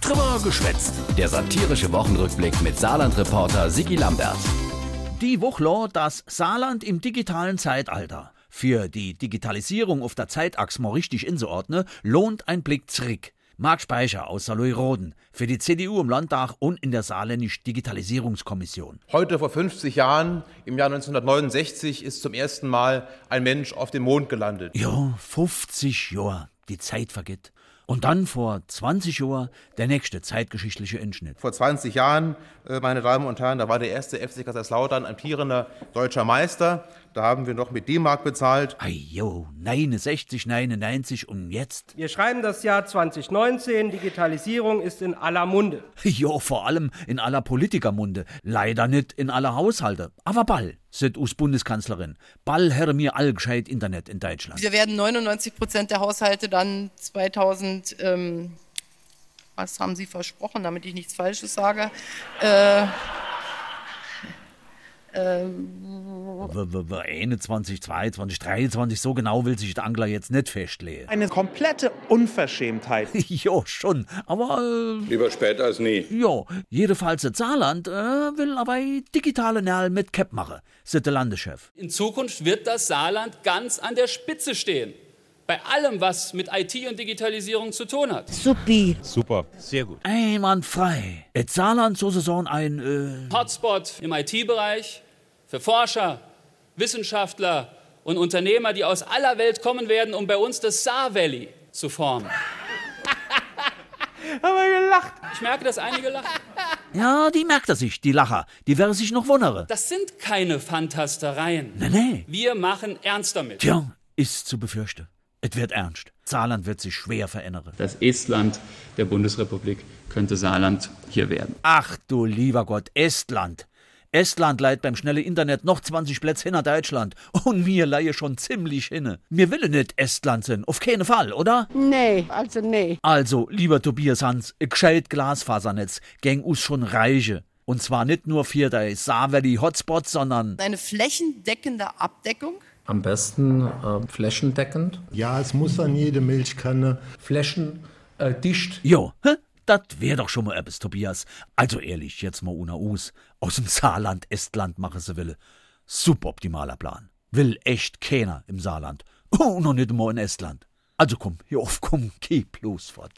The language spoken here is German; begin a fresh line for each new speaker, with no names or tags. Trimmer geschwätzt. Der satirische Wochenrückblick mit Saarland-Reporter Sigi Lambert.
Die Wuchler, das Saarland im digitalen Zeitalter. Für die Digitalisierung auf der Zeitachse mal richtig inzuordnen, lohnt ein Blick zurück. Marc Speicher aus Saarlouis-Roden für die CDU im Landtag und in der Saarländischen Digitalisierungskommission.
Heute vor 50 Jahren, im Jahr 1969, ist zum ersten Mal ein Mensch auf dem Mond gelandet.
Ja, 50 Jahre, die Zeit vergeht. Und dann vor 20 Jahren der nächste zeitgeschichtliche Einschnitt.
Vor 20 Jahren, äh, meine Damen und Herren, da war der erste FC Kaiserslautern amtierender deutscher Meister. Da haben wir noch mit D-Mark bezahlt.
Ajo, 69, 99 und jetzt?
Wir schreiben das Jahr 2019, Digitalisierung ist in aller Munde.
Jo, vor allem in aller Politikermunde. Leider nicht in aller Haushalte. Aber ball, sit us Bundeskanzlerin. Ball herr mir allgescheit Internet in Deutschland.
Wir werden 99 Prozent der Haushalte dann 2000, ähm, was haben Sie versprochen, damit ich nichts Falsches sage? Äh, ähm,
W- w- w- 21, 22, 23, so genau will sich der Angler jetzt nicht festlegen.
Eine komplette Unverschämtheit.
Jo, schon. Aber,
Lieber spät als nie.
äh, jo, jedenfalls das Saarland äh, will aber digitale Nerl mit Cap machen, sit der Landeschef.
In Zukunft wird das Saarland ganz an der Spitze stehen. Bei allem, was mit IT und Digitalisierung zu tun hat.
Supi.
Einwandfrei. Et Saarland zur Saison ein, äh,
Hotspot im IT-Bereich für Forscher, Wissenschaftler und Unternehmer, die aus aller Welt kommen werden, um bei uns das Saar Valley zu formen.
Haben wir gelacht.
Ich merke, dass einige lachen.
ja, die merkt er sich, die Lacher. Die wäre sich noch wundere.
Das sind keine Fantastereien.
Nee, nee.
Wir machen ernst damit.
Tja, ist zu befürchten. Et wird ernst. Saarland wird sich schwer verändern.
Das Estland der Bundesrepublik könnte Saarland hier werden.
Ach du lieber Gott, Estland. Estland leiht beim schnellen Internet noch 20 Plätze hinter Deutschland. Und mir leihe schon ziemlich hinne. Mir will nicht Estland sind, auf keinen Fall, oder?
Nee, also nee.
Also, lieber Tobias Hans, ein gescheit Glasfasernetz, gäng us schon reiche. Und zwar nicht nur für die Saarvalley-Hotspots, sondern
eine flächendeckende Abdeckung.
Am besten äh, flächendeckend,
Ja, es muss an jede Milchkanne.
flächendicht. Äh, dicht.
Jo, hä? Das wär doch schon mal etwas, Tobias. Also ehrlich, jetzt mal una us. Aus dem Saarland Estland mache se wille. Suboptimaler Plan. Will echt keiner im Saarland. Oh, noch nicht mal in Estland. Also komm, hier auf, komm, geh bloß fort.